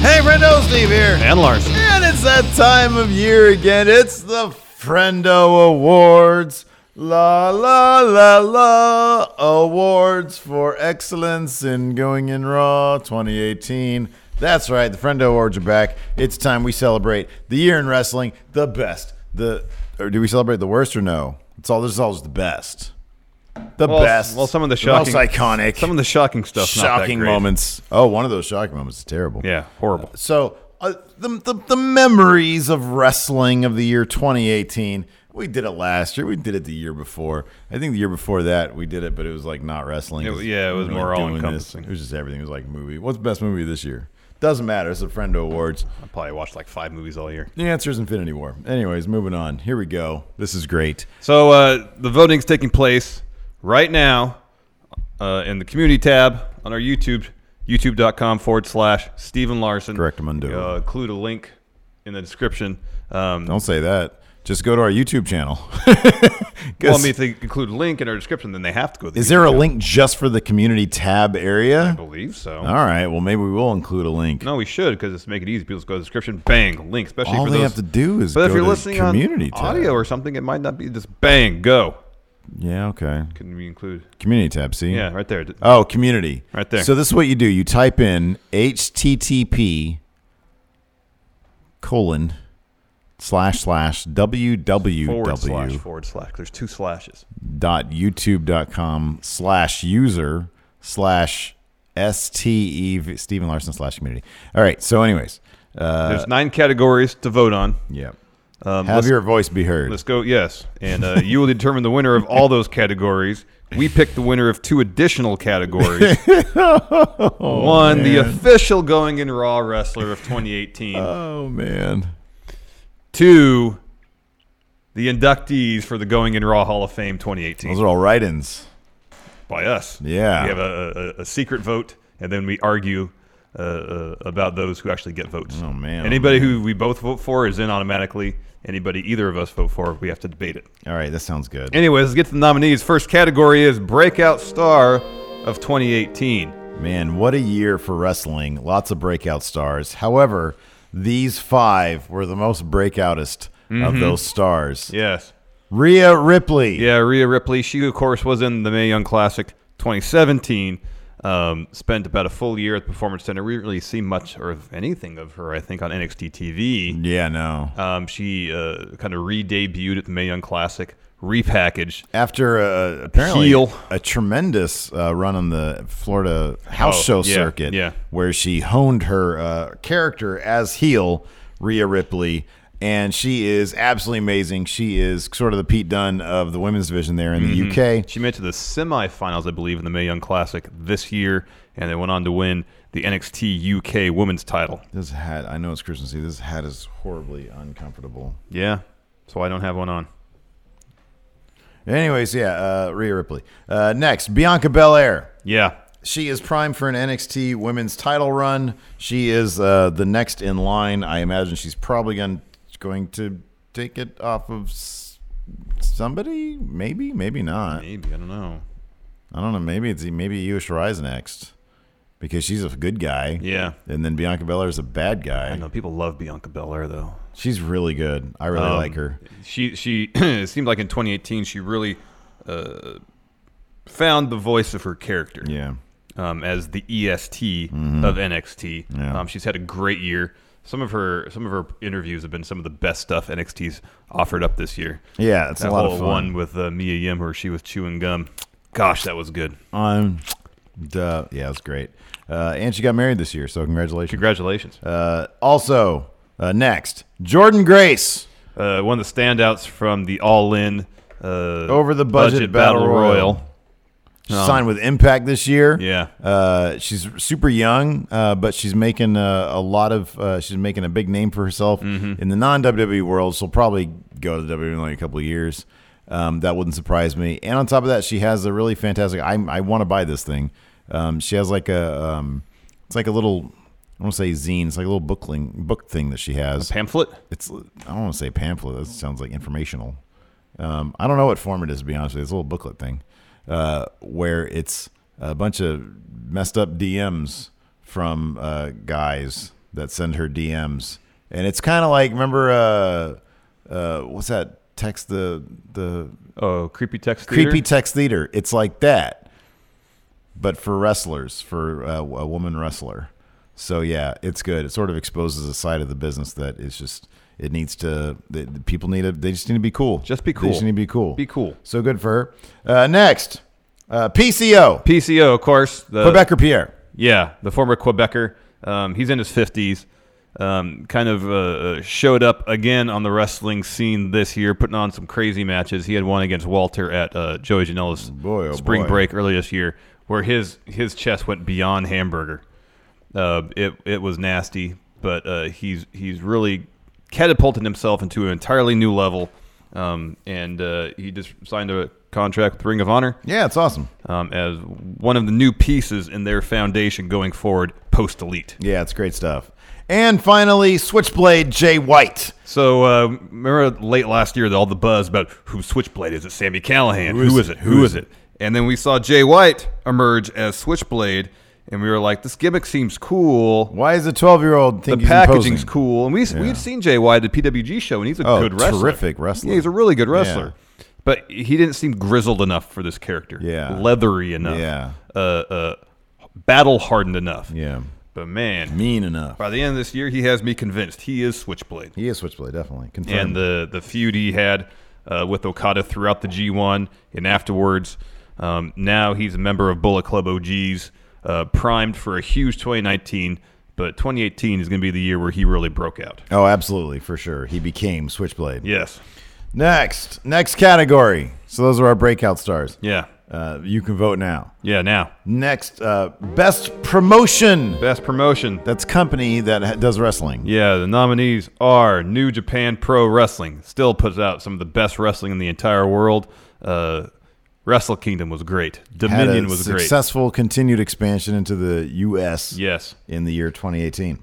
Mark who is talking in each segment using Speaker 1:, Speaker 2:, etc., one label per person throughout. Speaker 1: Hey, Brendo, Steve here.
Speaker 2: And Larson.
Speaker 1: And it's that time of year again. It's the Friendo Awards. La la la la. Awards for Excellence in Going in Raw 2018. That's right, the Friendo Awards are back. It's time we celebrate the year in wrestling, the best. The or do we celebrate the worst or no? It's all this is always the best. The
Speaker 3: Well,
Speaker 1: best.
Speaker 3: Well, some of the shocking,
Speaker 1: most iconic.
Speaker 3: Some of the shocking stuff. not that
Speaker 1: shocking
Speaker 3: great.
Speaker 1: moments. Oh, one of those shocking moments is terrible.
Speaker 3: Yeah, horrible.
Speaker 1: So uh, the, the the memories of wrestling of the year 2018. We did it last year. We did it the year before. I think the year before that we did it, but it was like not wrestling.
Speaker 3: It- yeah, it was
Speaker 1: We weren't
Speaker 3: more
Speaker 1: doing
Speaker 3: all-encompassing.
Speaker 1: this. It was just everything. It was like movie. What's the best movie this year? Doesn't matter. It's the Friendo Awards.
Speaker 3: I probably watched like five movies all year.
Speaker 1: The answer is Infinity War. Anyways, moving on. Here we go. This is great.
Speaker 3: So uh, the voting's taking place right now uh, in the community tab on our YouTube, youtube.com forward slash Stephen Larson.
Speaker 1: Correctamundo.
Speaker 3: Uh, include a link in the description. Um,
Speaker 1: Don't say that. Just go to our YouTube channel.
Speaker 3: well, I mean, if they include a link in our description, then they have to go. To the
Speaker 1: Is there a
Speaker 3: YouTube channel.
Speaker 1: link just for the community tab area?
Speaker 3: I believe so.
Speaker 1: All right. Well, maybe we will include a link.
Speaker 3: No, we should because it's make it easy. People just go to the description, bang, link. Especially
Speaker 1: All
Speaker 3: for
Speaker 1: they
Speaker 3: those-
Speaker 1: have to do is
Speaker 3: But if
Speaker 1: go
Speaker 3: you're
Speaker 1: to
Speaker 3: listening
Speaker 1: community
Speaker 3: on
Speaker 1: tab.
Speaker 3: audio or something, it might not be just bang, go.
Speaker 1: Yeah. Okay.
Speaker 3: Can we include?
Speaker 1: Community tab. See.
Speaker 3: Yeah, right there.
Speaker 1: Oh, community.
Speaker 3: Right there.
Speaker 1: So this is what you do. You type in HTTP colon slash slash
Speaker 3: forward slash
Speaker 1: www
Speaker 3: forward slash. There's two slashes.
Speaker 1: dot youtube dot com slash user slash STE Stephen Larson slash community. All right. So, anyways, Uh,
Speaker 3: There's nine categories to vote on.
Speaker 1: yeah.
Speaker 3: Um,
Speaker 1: Have
Speaker 3: let's,
Speaker 1: your voice be heard.
Speaker 3: let's go. Yes, and uh, you will determine the winner of all those categories. We picked the winner of two additional categories.
Speaker 1: Oh,
Speaker 3: One, the official going in Raw wrestler of 2018.
Speaker 1: Oh man.
Speaker 3: Two, the inductees for the going in Raw Hall of Fame 2018.
Speaker 1: Those are all write-ins.
Speaker 3: by us.
Speaker 1: Yeah.
Speaker 3: we have a, a, a secret vote, and then we argue uh, uh, about those who actually get votes.
Speaker 1: Oh, man.
Speaker 3: Anybody who we both vote for is in automatically. Anybody either of us vote for, we have to debate it.
Speaker 1: All right, that sounds good.
Speaker 3: Anyways, let's get to the nominees. First category is breakout star of 2018.
Speaker 1: Man, what a year for wrestling. Lots of breakout stars. However, these five were the most breakoutist of those stars.
Speaker 3: Yes.
Speaker 1: Rhea Ripley.
Speaker 3: Mm-hmm. Yeah, Rhea Ripley. She, of course, was in the Mae Young Classic 2017. Um, spent about a full year at the Performance Center. We didn't really see much or of anything of her, I think, on NXT TV.
Speaker 1: Yeah, no.
Speaker 3: Um, she uh, kind of re-debuted at the Mae Young Classic, repackaged.
Speaker 1: After uh, apparently
Speaker 3: Heel.
Speaker 1: a tremendous uh, run on the Florida house
Speaker 3: Oh,
Speaker 1: show
Speaker 3: yeah,
Speaker 1: circuit,
Speaker 3: yeah.
Speaker 1: where she honed her uh, character as heel, Rhea Ripley, and she is absolutely amazing. She is sort of the Pete Dunne of the women's division there in the UK.
Speaker 3: Mm-hmm. She made it to the semifinals, I believe, in the Mae Young Classic this year, and then went on to win the NXT UK Women's Title.
Speaker 1: This hat, I know it's Christmas Eve. This hat is horribly uncomfortable.
Speaker 3: Yeah, so I don't have one on.
Speaker 1: Anyways, yeah, uh, Rhea Ripley. Uh, next, Bianca Belair.
Speaker 3: Yeah,
Speaker 1: She is primed for an NXT women's title run. She is uh, the next in line. I imagine she's probably going, going to take it off of s- somebody. Maybe, maybe not.
Speaker 3: maybe I don't know.
Speaker 1: I don't know. Maybe it's maybe Io Shirai's next because she's a good guy.
Speaker 3: Yeah,
Speaker 1: And then Bianca Belair is a bad
Speaker 3: I
Speaker 1: guy.
Speaker 3: know people love Bianca Belair though.
Speaker 1: She's really good. I
Speaker 3: Um,
Speaker 1: really like her.
Speaker 3: She she it seemed like in 2018 she really uh, found the voice of her character.
Speaker 1: Yeah.
Speaker 3: um, as the EST of NXT.
Speaker 1: Mm-hmm. Yeah.
Speaker 3: Um, she's had a great year. Some of her some of her interviews have been some of the best stuff NXT's offered up this year.
Speaker 1: Yeah, it's
Speaker 3: that
Speaker 1: a lot
Speaker 3: whole
Speaker 1: of fun.
Speaker 3: one with uh, Mia Yim where she was chewing gum. Gosh, that was good.
Speaker 1: on duh. yeah it's great uh, and she got married this year so congratulations
Speaker 3: Congratulations. Uh,
Speaker 1: uh, also uh, next jordan grace
Speaker 3: one of the standouts from the All In uh,
Speaker 1: Over the Budget Battle Royal. She signed with Impact this year.
Speaker 3: Yeah.
Speaker 1: Uh, she's super young, uh, but she's making a, a lot of. Uh, she's making a big name for herself in the non WWE world. She'll probably go to the WWE in like a couple of years. Um, that wouldn't surprise me. And on top of that, she has a really fantastic. I I want to buy this thing. Um, she has like a. Um, it's like a little. I want to say zine. It's like a little bookling book thing that she has.
Speaker 3: Pamphlet?
Speaker 1: it's. I don't want to say pamphlet. That sounds like informational. Um, I don't know what form it is, to be honest with you. It's a little booklet thing uh, where it's a bunch of messed up DMs from uh, guys that send her DMs. And it's kind of like, remember, uh, uh, what's that text, the, the
Speaker 3: Oh, creepy text.
Speaker 1: creepy
Speaker 3: theater?
Speaker 1: text theater? It's like that, but for wrestlers, for uh, a woman wrestler. So yeah, it's good. It sort of exposes a side of the business that is just it needs to. The, the people need to. They just need to be cool.
Speaker 3: Just be
Speaker 1: They
Speaker 3: cool.
Speaker 1: just need to be cool.
Speaker 3: Be cool.
Speaker 1: So good for her. Uh, next, uh, PCO
Speaker 3: PCO, of course. The,
Speaker 1: Quebecer Pierre.
Speaker 3: Yeah, the former Quebecer. Um, he's in his 50s. Um, kind of uh, showed up again on the wrestling scene this year, putting on some crazy matches. He had one against Walter at uh, Joey Janela's
Speaker 1: Boy, oh
Speaker 3: spring
Speaker 1: boy.
Speaker 3: break earlier this year, where his his chest went beyond hamburger. Uh, it it was nasty, but uh, he's he's really catapulted himself into an entirely new level, um, and uh, he just signed a contract with Ring of Honor
Speaker 1: Yeah, it's awesome.
Speaker 3: um, as one of the new pieces in their foundation going forward post elite.
Speaker 1: Yeah, it's great stuff. And finally, Switchblade Jay White.
Speaker 3: So uh, remember late last year, all the buzz about who Switchblade is. It's Sammy Callahan. Who is, it? Who is it? And then we saw Jay White emerge as Switchblade, and we were like, this gimmick seems cool.
Speaker 1: Why is a twelve-year-old
Speaker 3: The
Speaker 1: think he's
Speaker 3: packaging's
Speaker 1: imposing?
Speaker 3: cool, and we we had seen Jay White at the PWG show, and he's a
Speaker 1: Oh,
Speaker 3: good wrestler,
Speaker 1: terrific wrestler.
Speaker 3: Yeah, he's a really good wrestler, but he didn't seem grizzled enough for this character.
Speaker 1: Yeah.
Speaker 3: leathery enough.
Speaker 1: Yeah.
Speaker 3: uh, uh, battle hardened enough.
Speaker 1: Yeah,
Speaker 3: But man,
Speaker 1: mean enough.
Speaker 3: by the end of this year, he has me convinced he is Switchblade.
Speaker 1: He is Switchblade, definitely. Confirmed.
Speaker 3: And the the feud he had uh, with Okada throughout the G1 and afterwards, um, now he's a member of Bullet Club OGs, uh, primed for a huge 2019. But 2018 is going to be the year where he really broke out.
Speaker 1: Oh, absolutely, for sure. He became Switchblade.
Speaker 3: Yes.
Speaker 1: Next, next category. So those are our breakout stars.
Speaker 3: Yeah.
Speaker 1: Uh, you can vote now.
Speaker 3: Yeah. Now,
Speaker 1: Next, uh, best promotion.
Speaker 3: best promotion.
Speaker 1: That's company that ha- does wrestling.
Speaker 3: Yeah, the nominees are New Japan Pro Wrestling. Still puts out some of the best wrestling in the entire world. Uh, Wrestle Kingdom was great.
Speaker 1: Had
Speaker 3: Dominion
Speaker 1: a
Speaker 3: was great.
Speaker 1: successful continued expansion into the U.S.
Speaker 3: Yes.
Speaker 1: in the year 2018.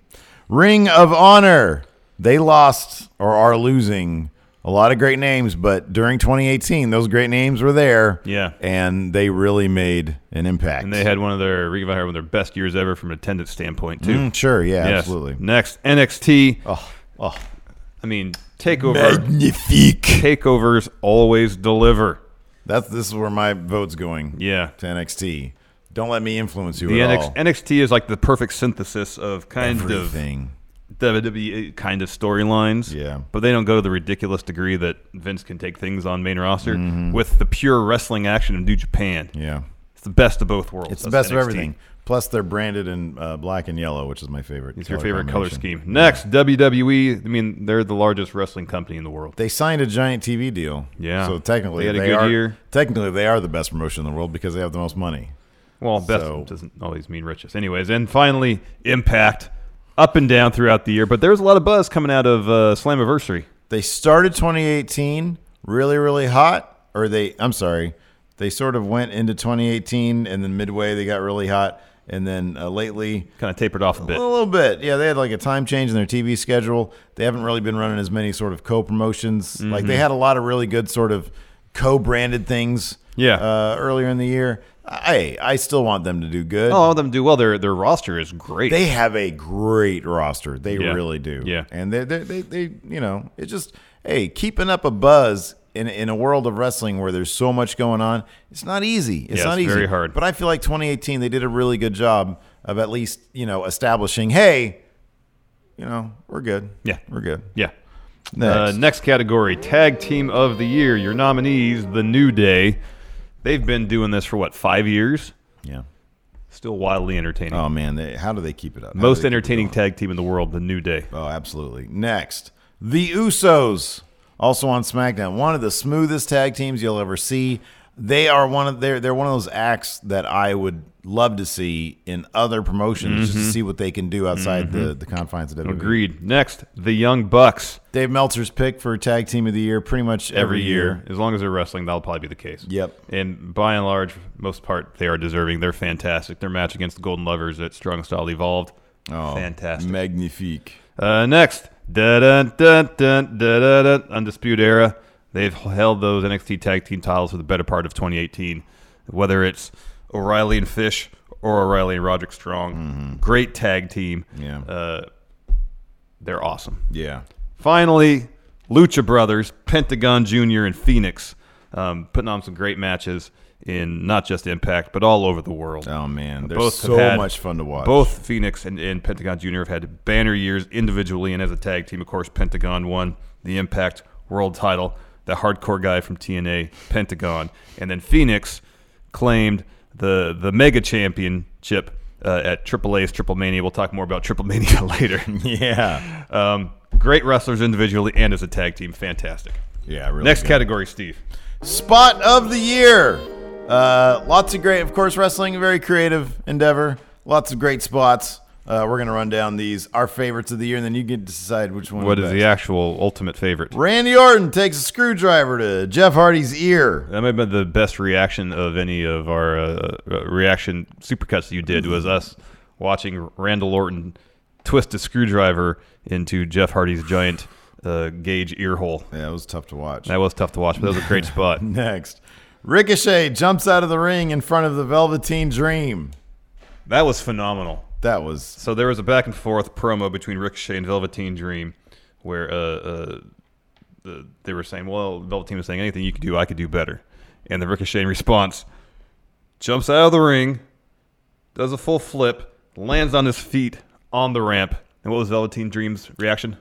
Speaker 1: Ring of Honor. They lost or are losing a lot of great names, but during 2018, those great names were there.
Speaker 3: Yeah.
Speaker 1: and they really made an impact.
Speaker 3: And they had one of their Ring of Honor, one of their best years ever from an attendance standpoint too.
Speaker 1: Mm, sure, yeah,
Speaker 3: Yes.
Speaker 1: absolutely.
Speaker 3: Next, NXT.
Speaker 1: Oh, oh.
Speaker 3: I mean, takeover.
Speaker 1: Magnifique.
Speaker 3: Takeovers always deliver.
Speaker 1: That's this is where my vote's going.
Speaker 3: Yeah.
Speaker 1: to NXT. Don't let me influence you
Speaker 3: The
Speaker 1: at
Speaker 3: NX,
Speaker 1: all.
Speaker 3: NXT is like the perfect synthesis of kind of
Speaker 1: Everything.
Speaker 3: WWE kind of storylines.
Speaker 1: Yeah.
Speaker 3: But they don't go to the ridiculous degree that Vince can take things on main roster with the pure wrestling action of New Japan.
Speaker 1: Mm-hmm. Yeah,
Speaker 3: It's the best of both worlds.
Speaker 1: it's the
Speaker 3: That's
Speaker 1: best of
Speaker 3: NXT.
Speaker 1: everything. Plus, they're branded in uh, black and yellow, which is my favorite.
Speaker 3: It's your favorite color
Speaker 1: combination.
Speaker 3: scheme. Next, WWE. I mean, they're the largest wrestling company in the world.
Speaker 1: They signed a giant TV deal.
Speaker 3: Yeah.
Speaker 1: So technically,
Speaker 3: They
Speaker 1: they,
Speaker 3: had a good
Speaker 1: are,
Speaker 3: year.
Speaker 1: Technically, they are the best promotion in the world because they have the most money.
Speaker 3: Well, best
Speaker 1: So-
Speaker 3: doesn't always mean richest. Anyways, and finally, Impact. Up and down throughout the year, but there was a lot of buzz coming out of uh, Slammiversary.
Speaker 1: They started 2018 really, really hot, or they. I'm sorry, they sort of went into 2018, and then midway they got really hot, and then uh, lately
Speaker 3: Kind of tapered off a bit.
Speaker 1: A little bit. Yeah, they had like a time change in their TV schedule. They haven't really been running as many sort of co promotions. Like they had a lot of really good sort of co branded things
Speaker 3: Yeah.
Speaker 1: uh, earlier in the year. I I still want them to do good.
Speaker 3: All of them do well. Their their roster is great.
Speaker 1: They have a great roster. They
Speaker 3: Yeah.
Speaker 1: really do.
Speaker 3: Yeah.
Speaker 1: And they, they, they, they, you know, it's just, hey, keeping up a buzz in, in a world of wrestling where there's so much going on, it's not easy. It's
Speaker 3: Yeah,
Speaker 1: not
Speaker 3: it's
Speaker 1: easy.
Speaker 3: very hard.
Speaker 1: But I feel like 2018, they did a really good job of at least, you know, establishing, hey, you know, we're good.
Speaker 3: Yeah.
Speaker 1: We're good.
Speaker 3: yeah.
Speaker 1: Next.
Speaker 3: Uh, next category, tag team of the year. Your nominees, the New Day. They've been doing this for what five years?
Speaker 1: yeah.
Speaker 3: Still wildly entertaining.
Speaker 1: Oh, man. They, how do they keep it up? How do
Speaker 3: Most
Speaker 1: they keep it
Speaker 3: entertaining
Speaker 1: going?
Speaker 3: tag team in the world, the New Day.
Speaker 1: Oh, absolutely. Next, the Usos, also on SmackDown. One of the smoothest tag teams you'll ever see. they are one of they're they're one of those acts that I would love to see in other promotions just to see what they can do outside the, the confines of WWE.
Speaker 3: Mm-hmm. Agreed. Next, the Young Bucks.
Speaker 1: Dave Meltzer's pick for tag team of the year pretty much every, year.
Speaker 3: As long as they're wrestling, that'll probably be the case.
Speaker 1: Yep.
Speaker 3: And by and large, most part, they are deserving. They're fantastic. Their match against the Golden Lovers at Strong Style Evolved.
Speaker 1: Oh,
Speaker 3: fantastic.
Speaker 1: Magnifique.
Speaker 3: Uh, next, da dun dun dun da da da Undisputed Era. They've held those NXT tag team titles for the better part of 2018. Whether it's O'Reilly and Fish or O'Reilly and Roderick Strong, great tag team.
Speaker 1: Mm-hmm. Yeah.
Speaker 3: Uh, they're awesome.
Speaker 1: Yeah.
Speaker 3: Finally, Lucha Brothers, Pentagon Jr., and Phoenix um, putting on some great matches in not just Impact, but all over the world.
Speaker 1: Oh man, they're
Speaker 3: Both have
Speaker 1: so
Speaker 3: had-
Speaker 1: much fun to watch.
Speaker 3: Both Phoenix and, and Pentagon Jr. have had banner years individually and as a tag team. Of course, Pentagon won the Impact World title, the hardcore guy from TNA, Pentagon. And then Phoenix claimed the, the mega championship uh, at AAA's Triple Mania. We'll talk more about Triple Mania later.
Speaker 1: Yeah.
Speaker 3: Um, great wrestlers individually and as a tag team. Fantastic.
Speaker 1: Yeah. Really
Speaker 3: Next
Speaker 1: good.
Speaker 3: category, Steve.
Speaker 1: Spot of the year. Uh, lots of great, of course, wrestling, a very creative endeavor. Lots of great spots. Uh, we're going to run down these, our favorites of the year, and then you get to decide which one.
Speaker 3: What
Speaker 1: you
Speaker 3: is
Speaker 1: best.
Speaker 3: the actual ultimate favorite?
Speaker 1: Randy Orton takes a screwdriver to Jeff Hardy's ear.
Speaker 3: That might have been the best reaction of any of our uh, uh, reaction supercuts that you did was us watching Randall Orton twist a screwdriver into Jeff Hardy's giant uh, gauge ear hole.
Speaker 1: Yeah, it was tough to watch.
Speaker 3: That was tough to watch, but that was a great spot.
Speaker 1: Next, Ricochet jumps out of the ring in front of the Velveteen Dream.
Speaker 3: That was phenomenal.
Speaker 1: That was
Speaker 3: So there was a back and forth promo between Ricochet and Velveteen Dream, where uh, uh, the, they were saying, "Well, Velveteen was saying anything you could do, I could do better," and the Ricochet in response jumps out of the ring, does a full flip, lands on his feet on the ramp, and what was Velveteen Dream's reaction?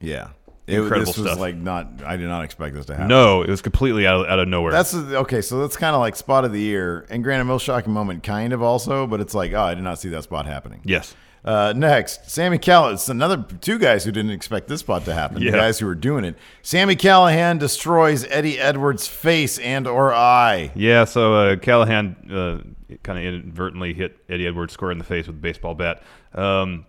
Speaker 1: yeah. It,
Speaker 3: Incredible
Speaker 1: this was
Speaker 3: stuff.
Speaker 1: like not. I did not expect this to happen.
Speaker 3: No, it was completely out of, out of nowhere.
Speaker 1: Uh, That's okay. So that's kind of like spot of the year, and granted, most shocking moment, kind of also, but it's like, oh, I did not see that spot happening.
Speaker 3: yes.
Speaker 1: Uh, next, Sammy Callahan. It's another two guys who didn't expect this spot to happen.
Speaker 3: Yeah.
Speaker 1: The guys who were doing it. Sammy Callahan destroys Eddie Edwards' face and or eye.
Speaker 3: Yeah, so uh, Callahan uh, kind of inadvertently hit Eddie Edwards square in the face with a baseball bat, um,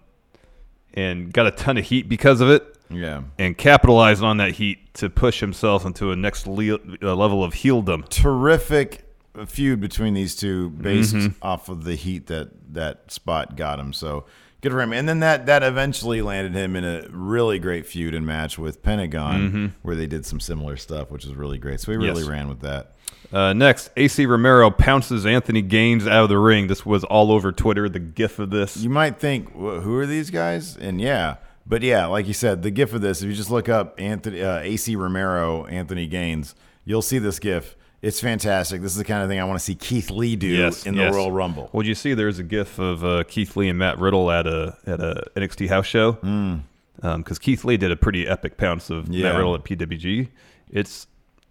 Speaker 3: and got a ton of heat because of it,
Speaker 1: Yeah.
Speaker 3: and capitalized on that heat to push himself into a next le- uh, level of heeldom.
Speaker 1: Terrific feud between these two, based
Speaker 3: Mm-hmm.
Speaker 1: off of the heat that that spot got him. So good for him. And then that that eventually landed him in a really great feud and match with Pentagon, where they did some similar stuff, which is really great. So we really
Speaker 3: Mm-hmm. Yes.
Speaker 1: ran with that.
Speaker 3: Uh, next, AC Romero pounces Anthony Gaines out of the ring. This was all over Twitter. The gif of this.
Speaker 1: you might think, "Wh- who are these guys? And yeah, but yeah, like you said, the gif of this, if you just look up Anthony, uh, AC Romero, Anthony Gaines, you'll see this gif. It's fantastic. This is the kind of thing I want to see Keith Lee do in the
Speaker 3: yes.
Speaker 1: Royal Rumble.
Speaker 3: Well, you see, there's a GIF of uh, Keith Lee and Matt Riddle at a at a NXT house show because Keith Lee did a pretty epic pounce of
Speaker 1: Hmm. Yeah.
Speaker 3: Matt Riddle at PWG. It's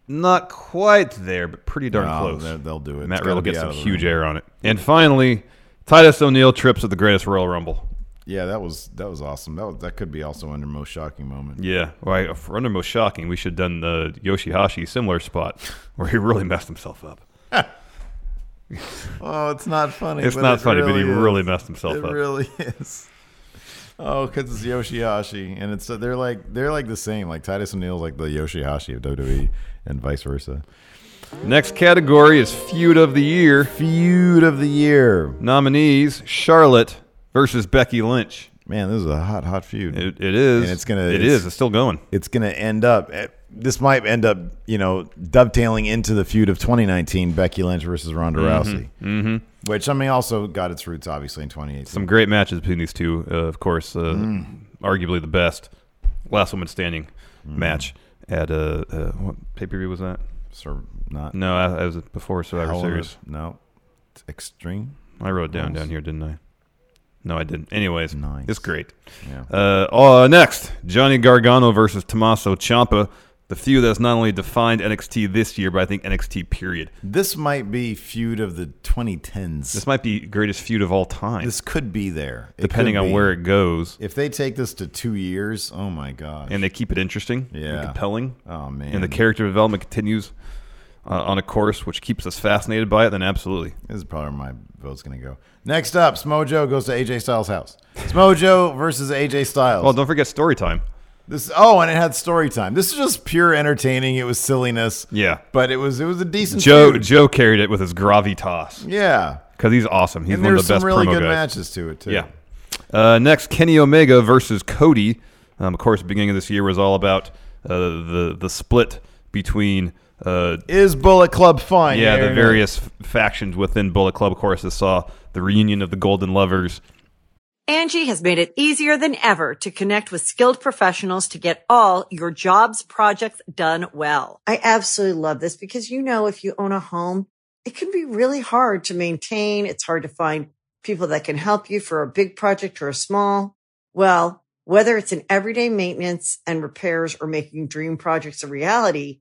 Speaker 3: not quite there, but pretty darn
Speaker 1: No,
Speaker 3: close.
Speaker 1: they'll- they'll do it. It's
Speaker 3: Matt
Speaker 1: gotta
Speaker 3: Riddle
Speaker 1: be
Speaker 3: gets
Speaker 1: out
Speaker 3: some
Speaker 1: of the
Speaker 3: huge air on it. And finally, Titus O'Neil trips at the Greatest Royal Rumble.
Speaker 1: Yeah, that was that was awesome. That was, that could be also under most shocking moment.
Speaker 3: Yeah, right. For under most shocking, we should have done the Yoshihashi similar spot where he really messed himself up.
Speaker 1: Oh, it's not funny.
Speaker 3: It's not funny, but he really messed himself
Speaker 1: It
Speaker 3: up.
Speaker 1: really is. Oh, because it's Yoshihashi, and it's they're like they're like the same. Like Titus O'Neil's like the Yoshihashi of WWE, and vice versa.
Speaker 3: Next category is Feud of the Year.
Speaker 1: Feud of the year.
Speaker 3: nominees Charlotte versus Becky Lynch.
Speaker 1: Man, this is a hot, hot feud.
Speaker 3: It, it is.
Speaker 1: And it's gonna-
Speaker 3: It
Speaker 1: it's-
Speaker 3: is. It's still going.
Speaker 1: it's going to end up. eh, This might end up, you know, dovetailing into the feud of 2019, Becky Lynch versus Ronda Rousey, mm-hmm. which I mean also got its roots obviously in 2018.
Speaker 3: Some great matches between these two. Uh, of course, uh,
Speaker 1: Mm.
Speaker 3: arguably the best last woman standing match at uh, uh, what pay per view was that?
Speaker 1: Sur- not
Speaker 3: No, I, I was before Survivor
Speaker 1: Hell in a-
Speaker 3: Series.
Speaker 1: No, It's extreme.
Speaker 3: I wrote it down down here, didn't I? No, I didn't. Anyways,
Speaker 1: Nice.
Speaker 3: it's great.
Speaker 1: Yeah.
Speaker 3: Uh, oh, uh, next, Johnny Gargano versus Tommaso Ciampa. The feud that's not only defined NXT this year, but I think NXT period.
Speaker 1: This might be feud of the 2010s.
Speaker 3: This
Speaker 1: This,
Speaker 3: might be greatest feud of all time,
Speaker 1: could be there, It
Speaker 3: depending
Speaker 1: could
Speaker 3: on
Speaker 1: be.
Speaker 3: where it goes.
Speaker 1: If they take this to two years, oh my gosh!
Speaker 3: and they keep it interesting, and
Speaker 1: Yeah.
Speaker 3: compelling.
Speaker 1: Oh, man.
Speaker 3: and the character development continues. uh, on a course, which keeps us fascinated by it, then absolutely.
Speaker 1: This is probably where my vote's going to go. Next up, Smojo goes to AJ Styles' house. Smojo versus AJ Styles.
Speaker 3: Well, Oh, don't forget story time.
Speaker 1: This oh, and it had story time. This is just pure entertaining. It was silliness.
Speaker 3: Yeah.
Speaker 1: but it was it was a decent
Speaker 3: Joe
Speaker 1: feud.
Speaker 3: Joe carried it with his gravitas
Speaker 1: Yeah,
Speaker 3: because he's awesome. He's
Speaker 1: and
Speaker 3: one of
Speaker 1: there's
Speaker 3: the
Speaker 1: some
Speaker 3: best
Speaker 1: really
Speaker 3: promo
Speaker 1: good
Speaker 3: guys.
Speaker 1: matches to it too.
Speaker 3: Yeah. Uh, next, Kenny Omega versus Cody. Um, of course, beginning of this year was all about uh, the the split between uh,
Speaker 1: is Bullet Club fun?
Speaker 3: yeah the
Speaker 1: or
Speaker 3: various f- factions within Bullet Club. Of course, this saw the reunion of the Golden Lovers.
Speaker 4: Angie has made it easier than ever to connect with skilled professionals to get all your jobs projects done well. I absolutely love this because, you know, if you own a home, it can be really hard to maintain. It's hard to find people that can help you for a big project or a small. Well, whether it's in everyday maintenance and repairs or making dream projects a reality,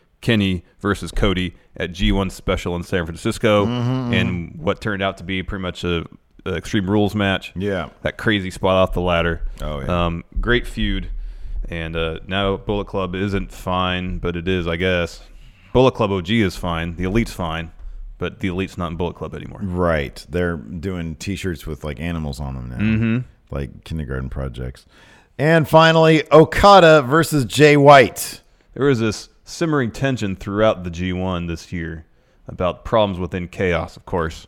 Speaker 3: Kenny versus Cody at G1 Special in San Francisco,
Speaker 1: Mm-hmm,
Speaker 3: and what turned out to be pretty much a, a Extreme Rules match.
Speaker 1: Yeah.
Speaker 3: that crazy spot off the ladder.
Speaker 1: Oh, yeah.
Speaker 3: um, great feud. And uh, now Bullet Club isn't fine, but it is, I guess. Bullet Club OG is fine. The Elite's fine, but the Elite's not in Bullet Club anymore.
Speaker 1: Right. They're doing T-shirts with like animals on them now, mm-hmm. like kindergarten projects. And finally, Okada versus Jay White.
Speaker 3: There was this simmering tension throughout the G1 this year about problems within chaos, of course.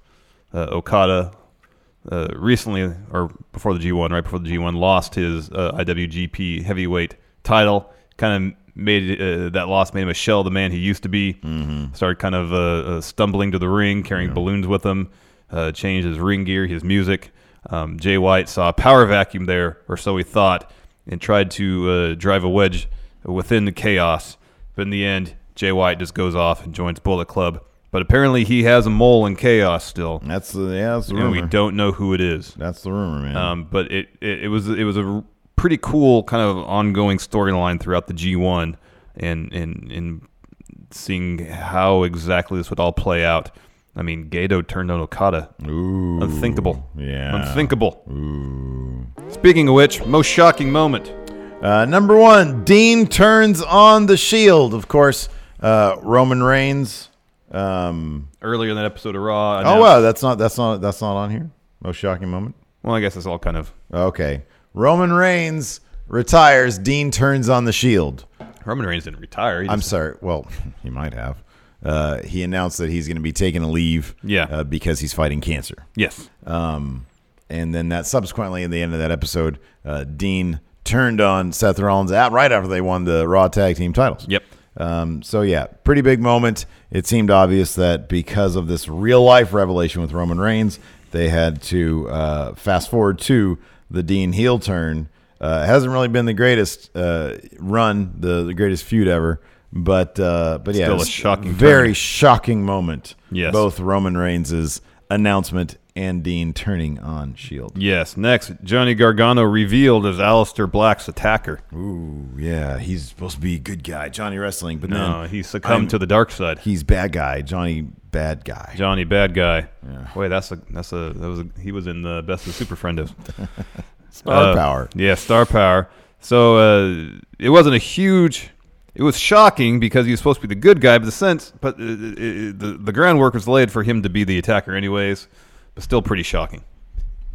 Speaker 3: Uh, Okada uh, recently, or before the G1, right before the G1, lost his uh, IWGP heavyweight title. Kind of made uh, that loss made him a shell of the man he used to be. Mm-hmm. Started kind of uh, uh, stumbling to the ring, carrying balloons with him. Uh, changed his ring gear, his music. Um, Jay White saw a power vacuum there, or so he thought, and tried to uh, drive a wedge within the chaos. But in the end, Jay White just goes off and joins Bullet Club. But apparently, he has a mole in chaos still,
Speaker 1: That's the yeah. That's the
Speaker 3: and
Speaker 1: rumor.
Speaker 3: we don't know who it is.
Speaker 1: That's the rumor, man.
Speaker 3: Um, but it, it, it was it was a r- pretty cool kind of ongoing storyline throughout the G1, and and and seeing how exactly this would all play out. I mean, Gato turned on Okada.
Speaker 1: Ooh.
Speaker 3: Unthinkable.
Speaker 1: Yeah.
Speaker 3: Unthinkable. Speaking of which, most shocking moment.
Speaker 1: Uh, number one, Dean turns on the Shield. Of course, uh, Roman Reigns. Um,
Speaker 3: Earlier in that episode of Raw.
Speaker 1: oh
Speaker 3: announced-
Speaker 1: wow, that's not that's not that's not on here. Most shocking moment.
Speaker 3: Well, I guess it's all kind of.
Speaker 1: Okay, Roman Reigns retires. Dean turns on the Shield.
Speaker 3: Roman Reigns didn't retire. He
Speaker 1: I'm
Speaker 3: just-
Speaker 1: sorry. Well, he might have. Uh, he announced that he's going to be taking a leave.
Speaker 3: Yeah.
Speaker 1: Uh, because he's fighting cancer.
Speaker 3: Yes.
Speaker 1: Um, and then that subsequently, at the end of that episode, uh, Dean turned on Seth Rollins out right after they won the Raw Tag Team titles.
Speaker 3: Yep.
Speaker 1: Um, so yeah, pretty big moment. It seemed obvious that because of this real life revelation with Roman Reigns, they had to uh, fast forward to the Dean heel turn. Uh, it hasn't really been the greatest uh, run, the, the greatest feud ever, but uh, but yeah,
Speaker 3: Still
Speaker 1: it
Speaker 3: a
Speaker 1: was
Speaker 3: shocking
Speaker 1: very
Speaker 3: turn.
Speaker 1: shocking moment.
Speaker 3: Yes.
Speaker 1: both Roman Reigns's announcement and Dean turning on Shield.
Speaker 3: Yes. Next, Johnny Gargano revealed as Alistair Black's attacker.
Speaker 1: Ooh, yeah, he's supposed to be a good guy, Johnny Wrestling, but
Speaker 3: No,
Speaker 1: then
Speaker 3: he succumbed
Speaker 1: I'm-
Speaker 3: to the dark side.
Speaker 1: he's bad guy, Johnny bad guy.
Speaker 3: Johnny, bad guy. Wait, that's a that's a that was a, he was in the best of Super Friendos.
Speaker 1: Star
Speaker 3: Uh,
Speaker 1: power.
Speaker 3: Yeah, star power. So uh, it wasn't a huge. It was shocking because he was supposed to be the good guy, but the sense, but uh, uh, uh, the the groundwork was laid for him to be the attacker, anyways. But still, pretty shocking.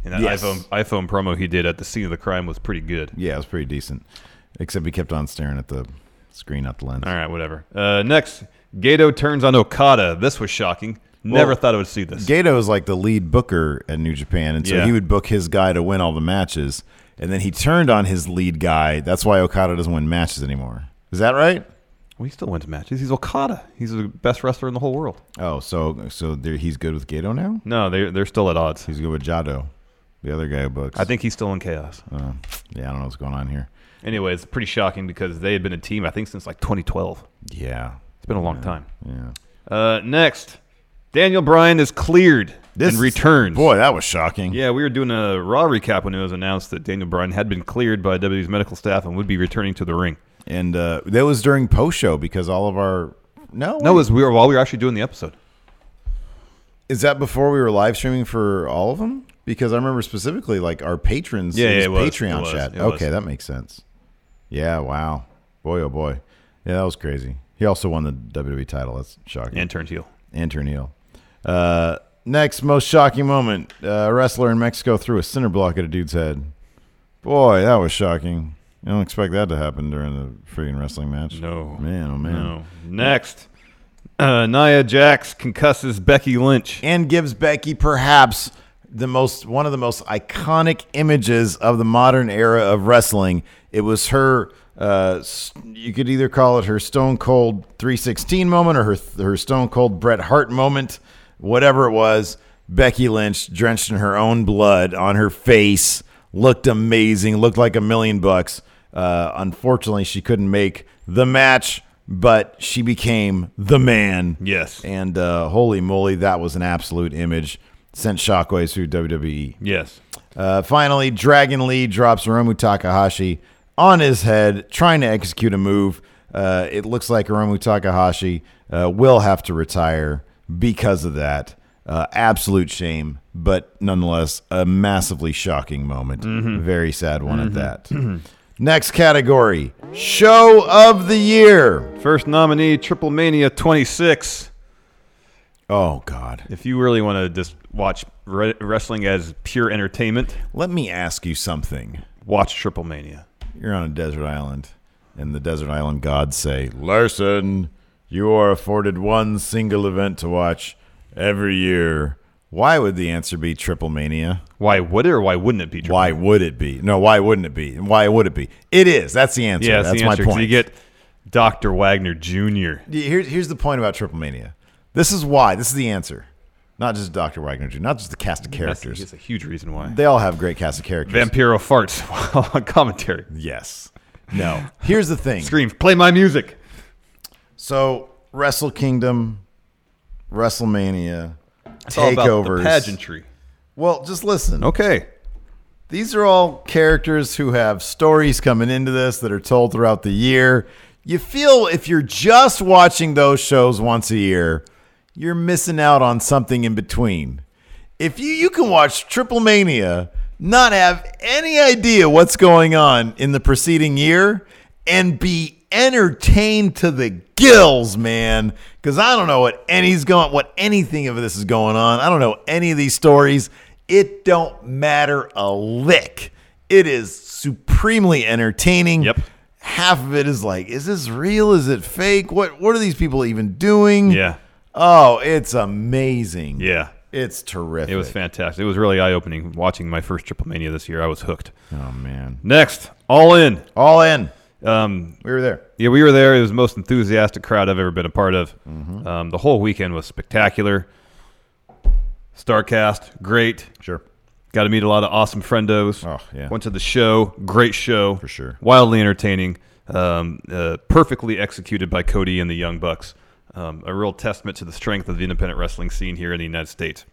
Speaker 3: And that
Speaker 1: Yes.
Speaker 3: iPhone iPhone promo he did at the scene of the crime was pretty good.
Speaker 1: Yeah, it was pretty decent, except he kept on staring at the screen, not the lens.
Speaker 3: All right, whatever. Uh, next, Gato turns on Okada. This was shocking. Never
Speaker 1: Well,
Speaker 3: thought I would see this.
Speaker 1: Gato is like the lead booker at New Japan, and so
Speaker 3: Yeah.
Speaker 1: he would book his guy to win all the matches. And then he turned on his lead guy. That's why Okada doesn't win matches anymore. Is that right?
Speaker 3: well, he still wins matches. He's Okada. He's the best wrestler in the whole world.
Speaker 1: Oh, so so there, he's good with Gato now.
Speaker 3: No, they're they're still at odds.
Speaker 1: He's good with Jado, the other guy who books.
Speaker 3: I think he's still in chaos.
Speaker 1: Uh, yeah, I don't know what's going on here.
Speaker 3: Anyway, it's pretty shocking because they had been a team, I think, since like 2012.
Speaker 1: Yeah,
Speaker 3: It's been a long time.
Speaker 1: yeah.
Speaker 3: Uh, next, Daniel Bryan is cleared and returns.
Speaker 1: Boy, that was shocking.
Speaker 3: Yeah, we were doing a Raw recap when it was announced that Daniel Bryan had been cleared by WWE's medical staff and would be returning to the ring.
Speaker 1: And uh, that was during post show because all of our no
Speaker 3: No, it
Speaker 1: wait.
Speaker 3: was we were, while we were actually doing the episode.
Speaker 1: Is that before we were live streaming for all of them? Because I remember specifically like our patrons.
Speaker 3: Yeah, yeah,
Speaker 1: it
Speaker 3: it was.
Speaker 1: was Patreon
Speaker 3: It was.
Speaker 1: chat.
Speaker 3: It
Speaker 1: okay,
Speaker 3: was.
Speaker 1: that makes sense. Yeah. Wow. Boy, oh boy. Yeah, that was crazy. He also won the WWE title. That's shocking.
Speaker 3: And turned heel.
Speaker 1: Enter Neil. Uh, next most shocking moment: uh, a wrestler in Mexico threw a cinder block at a dude's head. Boy, that was shocking. I don't expect that to happen during the freaking wrestling match.
Speaker 3: No.
Speaker 1: man. Oh man.
Speaker 3: No. Next, uh, Nia Jax concusses Becky Lynch.
Speaker 1: and gives Becky perhaps the most one of the most iconic images of the modern era of wrestling. It was her. Uh, s- you could either call it her Stone Cold 316 moment or her her Stone Cold Bret Hart moment, whatever it was. Becky Lynch, drenched in her own blood on her face, looked amazing, looked like a million bucks. Uh, unfortunately, she couldn't make the match, but she became the man.
Speaker 3: Yes.
Speaker 1: And uh, holy moly, that was an absolute image. Sent shockwaves through WWE.
Speaker 3: Yes.
Speaker 1: Uh, finally, Dragon Lee drops Hiromu Takahashi on his head, trying to execute a move. Uh, it looks like Hiromu Takahashi uh, will have to retire because of that. Uh, absolute shame, but nonetheless, a massively shocking moment. Very sad one at that. Next category Show of the Year.
Speaker 3: First nominee, Triple Mania 26.
Speaker 1: Oh, God.
Speaker 3: If you really want to just watch re- wrestling as pure entertainment,
Speaker 1: Let me ask you something.
Speaker 3: watch Triple Mania.
Speaker 1: You're on a desert island, and the desert island gods say, Larson, you are afforded one single event to watch every year. Why would the answer be Triple Mania?
Speaker 3: Why would it or why wouldn't it be? Triple
Speaker 1: Why would it be? No, why wouldn't it be? Why would it be? It is. That's the answer.
Speaker 3: Mania? Yeah, that's,
Speaker 1: that's
Speaker 3: the answer.
Speaker 1: my
Speaker 3: 'cause
Speaker 1: point.
Speaker 3: You get Dr. Wagner Jr.
Speaker 1: Here- here's the point about Triple Mania. This is why. This is the answer. Not just Dr. Wagner, Jr., not just the cast of
Speaker 3: That's,
Speaker 1: characters.
Speaker 3: that's a huge reason why.
Speaker 1: They all have great cast of characters.
Speaker 3: Vampiro farts while on commentary.
Speaker 1: yes. No. Here's the thing.
Speaker 3: Screams, play my music.
Speaker 1: So Wrestle Kingdom, WrestleMania,
Speaker 3: It's all about the
Speaker 1: takeovers.
Speaker 3: pageantry.
Speaker 1: Well, just listen.
Speaker 3: Okay.
Speaker 1: These are all characters who have stories coming into this that are told throughout the year. You feel if you're just watching those shows once a year, you're missing out on something in between. If you you can watch Triple Mania, not have any idea what's going on in the preceding year and be entertained to the gills, man, cuz I don't know what any's going what anything of this is going on. I don't know any of these stories. It don't matter a lick. It is supremely entertaining.
Speaker 3: Yep.
Speaker 1: Half of it is like, is this real? Is it fake? What what are these people even doing?
Speaker 3: Yeah.
Speaker 1: Oh, it's amazing.
Speaker 3: Yeah.
Speaker 1: It's terrific.
Speaker 3: It was fantastic. It was really eye opening watching my first Triple Mania this year. I was hooked.
Speaker 1: Oh man.
Speaker 3: Next, All In.
Speaker 1: All in.
Speaker 3: Um,
Speaker 1: We were there.
Speaker 3: Yeah, we were there. It was the most enthusiastic crowd I've ever been a part of.
Speaker 1: Mm-hmm.
Speaker 3: Um, the whole weekend was spectacular. Starcast, great.
Speaker 1: Sure.
Speaker 3: Got to meet a lot of awesome friendos.
Speaker 1: Oh, yeah.
Speaker 3: Went to the show. Great show. For
Speaker 1: sure.
Speaker 3: Wildly entertaining. Um, uh, perfectly executed by Cody and the Young Bucks. Um, a real testament to the strength of the independent wrestling scene here in the United States.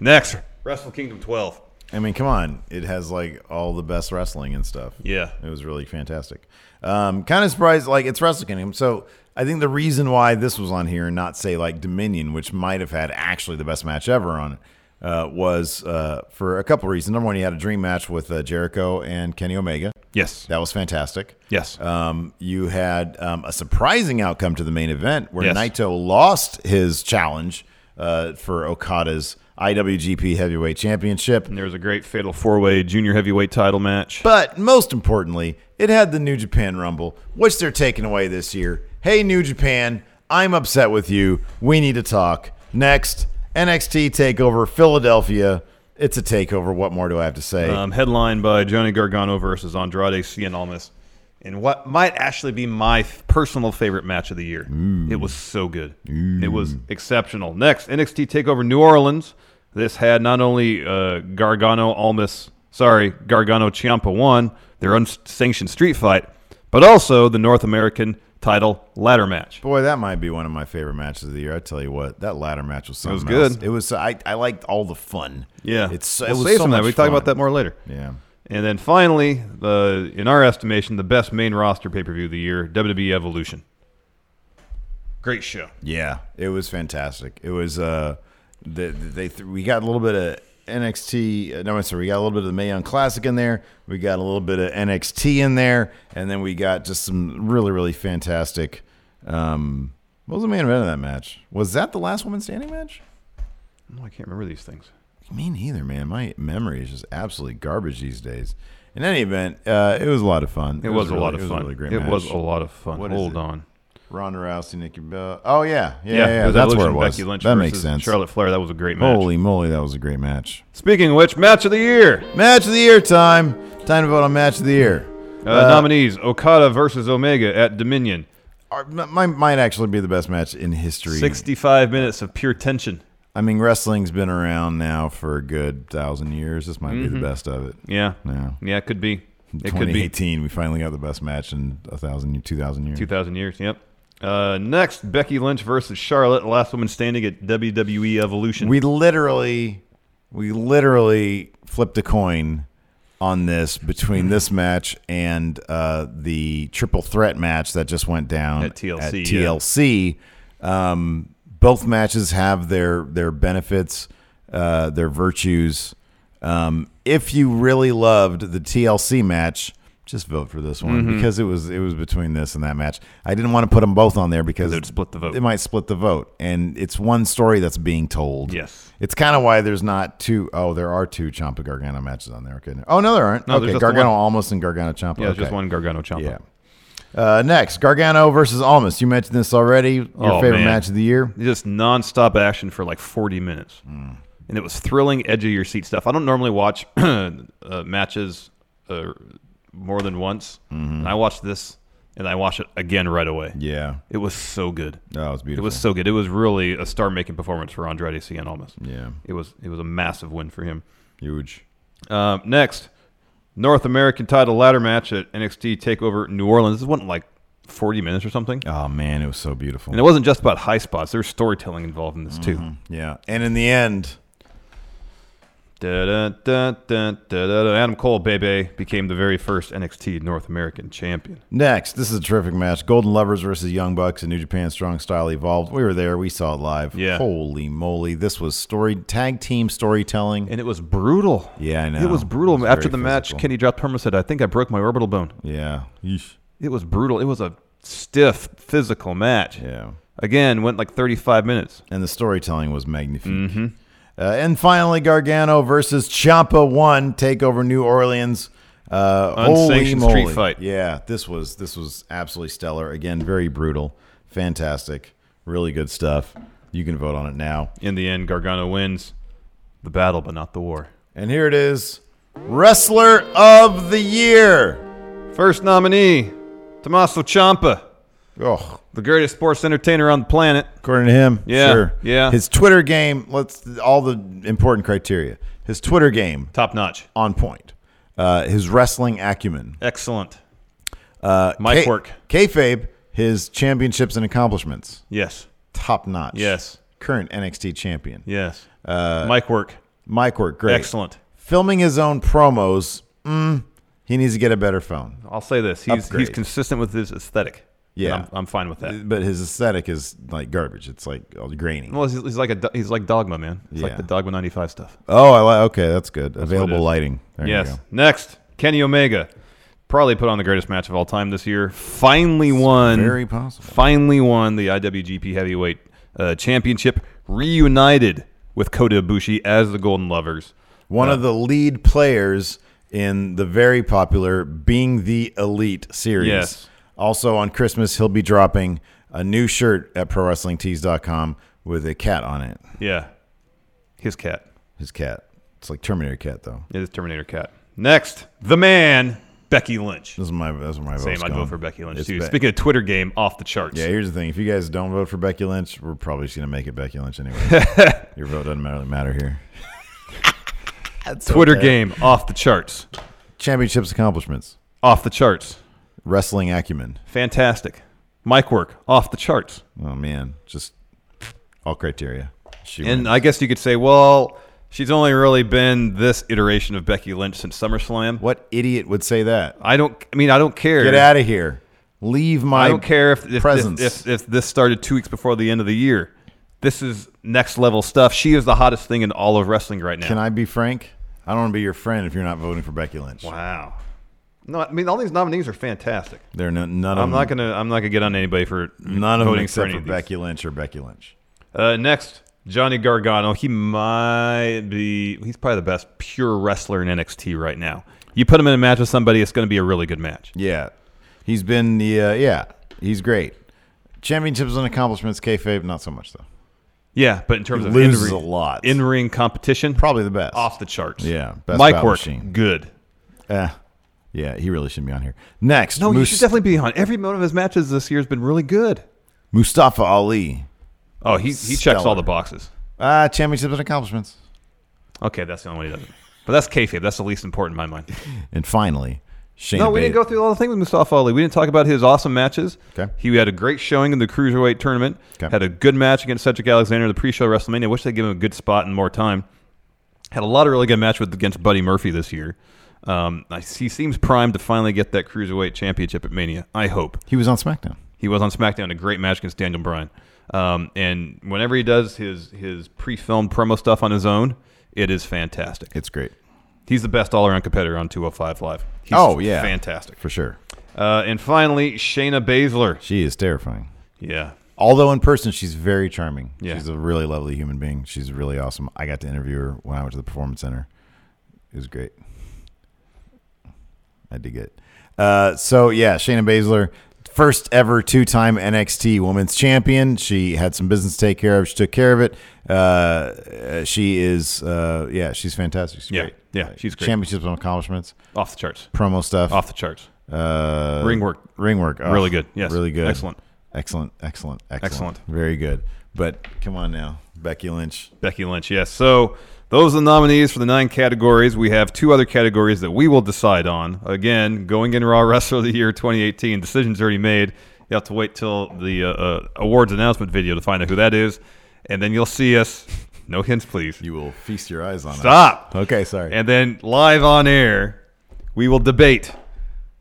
Speaker 3: Next, Wrestle Kingdom 12.
Speaker 1: I mean, come on. It has like all the best wrestling and stuff.
Speaker 3: Yeah.
Speaker 1: It was really fantastic. Um, kind of surprised, like, it's Wrestle Kingdom. So I think the reason why this was on here and not, say, like Dominion, which might have had actually the best match ever on it, uh, was uh, for a couple reasons. Number one, you had a dream match with uh, Jericho and Kenny Omega.
Speaker 3: Yes.
Speaker 1: That was fantastic.
Speaker 3: Yes.
Speaker 1: Um, you had um, a surprising outcome to the main event where
Speaker 3: Yes.
Speaker 1: Naito lost his challenge uh, for Okada's IWGP Heavyweight Championship.
Speaker 3: And there was a great fatal four way junior heavyweight title match.
Speaker 1: But most importantly, it had the New Japan Rumble, which they're taking away this year. Hey, New Japan, I'm upset with you. We need to talk. Next, NXT TakeOver Philadelphia. It's a takeover. What more do I have to say?
Speaker 3: um, headlined by Johnny Gargano versus Andrade Cien Almas. And what might actually be my f- personal favorite match of the year. It was so good. It was exceptional. Next, NXT Takeover New Orleans. This had not only uh, Gargano Almas, sorry, Gargano Ciampa won their unsanctioned street fight, but also the North American title ladder match.
Speaker 1: Boy, that might be one of my favorite matches of the year. I tell you what, that ladder match was something.
Speaker 3: was
Speaker 1: else.
Speaker 3: good.
Speaker 1: It was. I, I liked all the fun.
Speaker 3: Yeah,
Speaker 1: it's so-
Speaker 3: We'll
Speaker 1: it was
Speaker 3: save
Speaker 1: so
Speaker 3: some of
Speaker 1: much
Speaker 3: that. We talk about
Speaker 1: fun.
Speaker 3: that more later.
Speaker 1: Yeah.
Speaker 3: And then finally, the in our estimation, the best main roster pay per view of the year, WWE Evolution. Great show.
Speaker 1: Yeah, it was fantastic. It was uh, they, they th- we got a little bit of NXT. uh, No, I'm sorry, we got a little bit of the Mae Young Classic in there. We got a little bit of NXT in there, and then we got just some really, really fantastic. Um, what was the main event of that match? Was that the last woman standing match?
Speaker 3: Oh, I can't remember these things.
Speaker 1: Me neither, man. My memory is just absolutely garbage these days. In any event, uh, it was a lot of fun.
Speaker 3: It, was, a
Speaker 1: really-
Speaker 3: lot
Speaker 1: it
Speaker 3: of
Speaker 1: was
Speaker 3: fun.
Speaker 1: really great
Speaker 3: it
Speaker 1: match.
Speaker 3: was a lot of fun.
Speaker 1: What is
Speaker 3: Hold
Speaker 1: it?
Speaker 3: on.
Speaker 1: Ronda Rousey, Nikki Bella. Oh yeah, yeah,
Speaker 3: it
Speaker 1: yeah.
Speaker 3: was
Speaker 1: That's where it
Speaker 3: Evolution,
Speaker 1: was.
Speaker 3: Becky Lynch
Speaker 1: that makes
Speaker 3: versus
Speaker 1: sense.
Speaker 3: Charlotte Flair. That was a great match.
Speaker 1: Holy moly, that was a great match.
Speaker 3: Speaking of which, match of the year.
Speaker 1: Match of the year time. Time to vote on match of the year.
Speaker 3: Uh, nominees: Okada versus Omega at Dominion.
Speaker 1: Our- m- Mine might actually be the best match in history.
Speaker 3: Sixty-five minutes of pure tension.
Speaker 1: I mean, wrestling's been around now for a good thousand years. This might be the best of it.
Speaker 3: Yeah.
Speaker 1: Yeah.
Speaker 3: Yeah. It could be. Mm-hmm. It could be.
Speaker 1: 2018, we finally got the best match in a thousand, two thousand years.
Speaker 3: 2,000 years, yep. Uh, next, Becky Lynch versus Charlotte, last woman standing at WWE Evolution.
Speaker 1: We literally, we literally flipped a coin on this between this match and uh, the triple threat match that just went down
Speaker 3: At TLC, yeah.
Speaker 1: TLC. Um, both matches have their their benefits, uh, their virtues. Um, if you really loved the TLC match. Just vote for this one
Speaker 3: Mm-hmm.
Speaker 1: because it was it was between this and that match. I didn't want to put them both on there because
Speaker 3: It would split the vote.
Speaker 1: It might split the vote, and it's one story that's being told.
Speaker 3: Yes.
Speaker 1: It's kind of why there's not two oh there are two Champa Gargano matches on there. Okay. Oh, no, there aren't.
Speaker 3: No, there's
Speaker 1: okay.
Speaker 3: just the
Speaker 1: Gargano
Speaker 3: one.
Speaker 1: almost and Gargano Champa.
Speaker 3: yeah, it's just one Gargano Ciampa.
Speaker 1: Yeah. Uh, next, Gargano versus Almas. You mentioned this already. Your
Speaker 3: Oh,
Speaker 1: favorite
Speaker 3: man.
Speaker 1: match of the year.
Speaker 3: Just nonstop action for like 40 minutes.
Speaker 1: Hmm.
Speaker 3: And it was thrilling, edge of your seat stuff. I don't normally watch uh, matches uh, more than once. And I watched this and I watched it again right away.
Speaker 1: Mm-hmm. Yeah.
Speaker 3: It was so good.
Speaker 1: That was
Speaker 3: It
Speaker 1: beautiful.
Speaker 3: was so good. It was really a star making performance for Andrade Cien Almas.
Speaker 1: Yeah.
Speaker 3: It was it was a massive win for him.
Speaker 1: huge.
Speaker 3: Um, next, North American title ladder match at NXT Takeover New Orleans. This wasn't like 40 minutes or something,
Speaker 1: Oh man, it was so beautiful.
Speaker 3: and it wasn't just about high spots. There's storytelling involved in this too.
Speaker 1: yeah. And in the end,
Speaker 3: Da-da-da-da-da-da-da. Adam Cole, baby, became the very first NXT North American champion.
Speaker 1: next, this is a terrific match. Golden Lovers versus Young Bucks and New Japan Strong Style Evolved. We were there. We saw it live.
Speaker 3: Yeah.
Speaker 1: Holy moly. This was story tag team storytelling.
Speaker 3: And it was brutal.
Speaker 1: Yeah, I know.
Speaker 3: It was brutal.
Speaker 1: It was
Speaker 3: After
Speaker 1: very
Speaker 3: the match,
Speaker 1: physical.
Speaker 3: Kenny dropped her and said, I think I broke my orbital bone.
Speaker 1: yeah. Yeesh.
Speaker 3: It was brutal. It was a stiff, physical match.
Speaker 1: Yeah.
Speaker 3: Again, went like 35 minutes.
Speaker 1: and the storytelling was magnifique.
Speaker 3: Mm-hmm.
Speaker 1: Uh, and finally, Gargano versus Ciampa one take over New Orleans. Uh, holy
Speaker 3: Unsanctioned
Speaker 1: moly.
Speaker 3: street fight.
Speaker 1: Yeah, this was this was absolutely stellar. Again, very brutal, fantastic, really good stuff. You can vote on it now.
Speaker 3: In the end, Gargano wins the battle, but not the war.
Speaker 1: And here it is, Wrestler of the Year.
Speaker 3: First nominee, Tommaso Ciampa,
Speaker 1: Oh,
Speaker 3: the greatest sports entertainer on the planet.
Speaker 1: according to him,
Speaker 3: Yeah,
Speaker 1: sure,
Speaker 3: yeah.
Speaker 1: His Twitter game, let's all the important criteria. His Twitter game
Speaker 3: Top notch.
Speaker 1: on point. Uh, his wrestling acumen.
Speaker 3: Excellent. Uh, Mic
Speaker 1: K-
Speaker 3: work.
Speaker 1: Kayfabe, his championships and accomplishments,
Speaker 3: Yes.
Speaker 1: top notch.
Speaker 3: Yes.
Speaker 1: Current NXT champion.
Speaker 3: Yes. Uh, Mic work.
Speaker 1: Mic work, great.
Speaker 3: Excellent.
Speaker 1: Filming his own promos, mm, he needs to get a better phone.
Speaker 3: I'll say this. He's he's
Speaker 1: Upgrade.
Speaker 3: consistent with his aesthetic.
Speaker 1: Yeah. Uh,
Speaker 3: And I'm, I'm fine with that.
Speaker 1: But his aesthetic is like garbage. It's like all grainy.
Speaker 3: Well, he's, he's like a do- he's like Dogma, man. It's
Speaker 1: Yeah.
Speaker 3: like the Dogma '95 stuff.
Speaker 1: Oh, I like. Okay, that's good. Available
Speaker 3: is.
Speaker 1: lighting. There you
Speaker 3: yes.
Speaker 1: go.
Speaker 3: Next, Kenny Omega, probably put on the greatest match of all time this year. Finally won.
Speaker 1: very possible.
Speaker 3: Finally won the IWGP Heavyweight uh, Championship, reunited with Kota Ibushi as the Golden Lovers.
Speaker 1: One of the lead players in the very popular Being the Elite series.
Speaker 3: Yes.
Speaker 1: Also on Christmas, he'll be dropping a new shirt at ProWrestlingTees.com with a cat on it.
Speaker 3: Yeah. His cat.
Speaker 1: His cat. It's like Terminator cat though.
Speaker 3: It is Terminator cat. Next, the man, Becky Lynch.
Speaker 1: This is my that's where my vote's
Speaker 3: Same. I'd vote
Speaker 1: going.
Speaker 3: for Becky Lynch
Speaker 1: Oh, It's
Speaker 3: too.
Speaker 1: Be-
Speaker 3: Speaking of Twitter game, off the charts.
Speaker 1: yeah, here's the thing. If you guys don't vote for Becky Lynch, we're probably just gonna make it Becky Lynch anyway. Your vote doesn't really matter here.
Speaker 3: Twitter game off the charts.
Speaker 1: Championships accomplishments.
Speaker 3: Off the charts.
Speaker 1: Wrestling acumen.
Speaker 3: Fantastic. Mic work off the charts.
Speaker 1: Oh man, just all criteria. She
Speaker 3: And
Speaker 1: wins.
Speaker 3: I guess you could say, well, she's only really been this iteration of Becky Lynch since SummerSlam.
Speaker 1: what idiot would say that?
Speaker 3: I don't. I mean, I don't care.
Speaker 1: Get out of here. Leave my
Speaker 3: I don't care if if,
Speaker 1: presence.
Speaker 3: if, if if this started two weeks before the end of the year. This is next level stuff. She is the hottest thing in all of wrestling right now.
Speaker 1: Can I be frank? I don't want to be your friend if you're not voting for Becky Lynch.
Speaker 3: Wow. No, I mean all these nominees are fantastic.
Speaker 1: They're no, none of
Speaker 3: I'm not
Speaker 1: them,
Speaker 3: gonna I'm not gonna get on anybody for
Speaker 1: Um, none of them
Speaker 3: voting for
Speaker 1: except
Speaker 3: any
Speaker 1: for
Speaker 3: of these.
Speaker 1: Becky Lynch or Becky Lynch.
Speaker 3: Uh, next, Johnny Gargano. He might be. He's probably the best pure wrestler in NXT right now. You put him in a match with somebody, it's going to be a really good match.
Speaker 1: Yeah, he's been the uh, yeah, he's great. Championships and accomplishments, kayfabe, not so much though.
Speaker 3: Yeah, but in terms
Speaker 1: He
Speaker 3: of
Speaker 1: loses
Speaker 3: in-ring-
Speaker 1: a lot.
Speaker 3: in-ring competition,
Speaker 1: Probably the best.
Speaker 3: off the charts.
Speaker 1: Yeah, best
Speaker 3: mic
Speaker 1: battle
Speaker 3: work,
Speaker 1: machine.
Speaker 3: good.
Speaker 1: Eh. yeah, he really shouldn't be on here. Next,
Speaker 3: No, you
Speaker 1: Mus-
Speaker 3: should definitely be on. Every one of his matches this year has been really good.
Speaker 1: Mustafa Ali.
Speaker 3: Oh, he he checks all
Speaker 1: Stellar.
Speaker 3: the boxes.
Speaker 1: Ah, championships and accomplishments.
Speaker 3: Okay, that's the only one he doesn't. But that's kayfabe. That's the least important in my mind.
Speaker 1: And finally, Shayna.
Speaker 3: No, we didn't go
Speaker 1: Baszler.
Speaker 3: through all the things with Mustafa Ali. We didn't talk about his awesome matches.
Speaker 1: Okay.
Speaker 3: He had a great showing in the cruiserweight tournament.
Speaker 1: Okay.
Speaker 3: Had a good match against Cedric Alexander in the pre-show WrestleMania. Wish they'd give him a good spot and more time. Had a lot of really good match with against Buddy Murphy this year. Um, I, he seems primed to finally get that cruiserweight championship at Mania. I hope
Speaker 1: He was on SmackDown.
Speaker 3: he was on SmackDown. A great match against Daniel Bryan. Um, and whenever he does his his pre-filmed promo stuff on his own, it is fantastic.
Speaker 1: It's great.
Speaker 3: He's the best all-around competitor on 205 Live. He's
Speaker 1: oh yeah,
Speaker 3: fantastic.
Speaker 1: for sure.
Speaker 3: Uh, and finally, Shayna Baszler.
Speaker 1: She is terrifying.
Speaker 3: Yeah.
Speaker 1: Although in person she's very charming.
Speaker 3: Yeah.
Speaker 1: She's a really lovely human being. She's really awesome. I got to interview her when I went to the performance center. It was great. I dig it. Uh, so yeah, Shayna Baszler, first ever two-time NXT Women's Champion. She had some business to take care of. She took care of it. Uh, Uh, she is, uh, yeah, she's fantastic. She's
Speaker 3: Yeah.
Speaker 1: great.
Speaker 3: Yeah,
Speaker 1: Uh,
Speaker 3: she's great.
Speaker 1: Championships and accomplishments,
Speaker 3: Off the charts.
Speaker 1: promo stuff,
Speaker 3: Off the charts.
Speaker 1: uh,
Speaker 3: Ring work.
Speaker 1: ring work. Oh,
Speaker 3: Really good. Yes.
Speaker 1: Really good.
Speaker 3: Excellent.
Speaker 1: Excellent. Excellent. Excellent.
Speaker 3: Excellent.
Speaker 1: Very good. But come on now, Becky Lynch.
Speaker 3: Becky Lynch. Yes. So those are the nominees for the nine categories. We have two other categories that we will decide on. Again, going in Raw Wrestler of the Year 2018. Decisions already made. You have to wait till the uh, uh, awards announcement video to find out who that is, and then you'll see us. No hints, please.
Speaker 1: You will feast your eyes on us.
Speaker 3: Stop.
Speaker 1: Okay, sorry.
Speaker 3: And then live on air, we will debate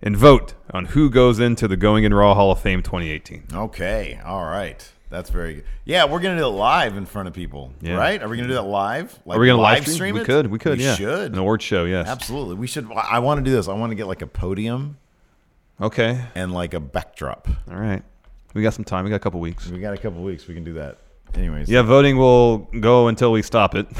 Speaker 3: and vote on who goes into the Going in Raw Hall of Fame 2018.
Speaker 1: okay. All right. That's very good. Yeah, we're gonna do it live in front of people,
Speaker 3: Yeah.
Speaker 1: right? Are we gonna do that live? Like,
Speaker 3: Are we going to
Speaker 1: live
Speaker 3: live stream?
Speaker 1: it?
Speaker 3: We could. We could. yeah.
Speaker 1: should.
Speaker 3: An award show. Yes.
Speaker 1: Absolutely. We should. I want to do this. I want to get like a podium
Speaker 3: Okay.
Speaker 1: and like a backdrop.
Speaker 3: All right. We got some time. We got a couple weeks.
Speaker 1: We got a couple weeks. We can do that. Anyways.
Speaker 3: Yeah, voting will go until we stop it.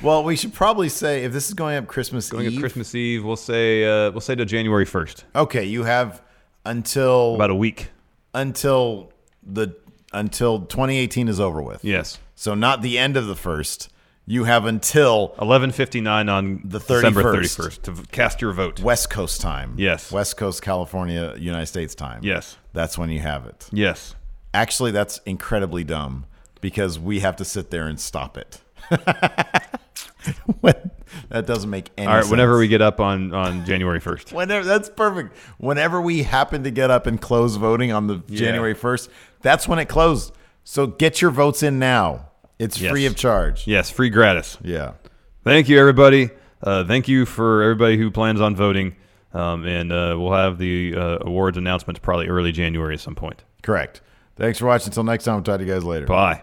Speaker 1: Well, we should probably say if this is going up Christmas
Speaker 3: Going
Speaker 1: Eve.
Speaker 3: to Christmas Eve, we'll say uh, we'll say to January 1st,
Speaker 1: Okay, you have until
Speaker 3: about a week.
Speaker 1: until the until 2018 is over with.
Speaker 3: Yes.
Speaker 1: So not the end of the first. You have until
Speaker 3: 11:59 on
Speaker 1: The
Speaker 3: December
Speaker 1: 31st.
Speaker 3: 31st to v- cast your vote.
Speaker 1: West Coast time.
Speaker 3: Yes.
Speaker 1: West Coast, California, United States time.
Speaker 3: Yes.
Speaker 1: That's when you have it.
Speaker 3: Yes.
Speaker 1: Actually, that's incredibly dumb because we have to sit there and stop it. When- that doesn't make any
Speaker 3: All right,
Speaker 1: sense.
Speaker 3: whenever we get up on on January 1st.
Speaker 1: Whenever that's perfect. Whenever we happen to get up and close voting on the January 1st, that's when it closed. So get your votes in now. It's
Speaker 3: Yes.
Speaker 1: free of charge.
Speaker 3: Yes, free gratis.
Speaker 1: Yeah.
Speaker 3: Thank you, everybody. Uh, thank you for everybody who plans on voting. Um, and uh, we'll have the uh, awards announcements probably early January at some point.
Speaker 1: Correct. Thanks for watching. Until next time, we'll talk to you guys later.
Speaker 3: Bye.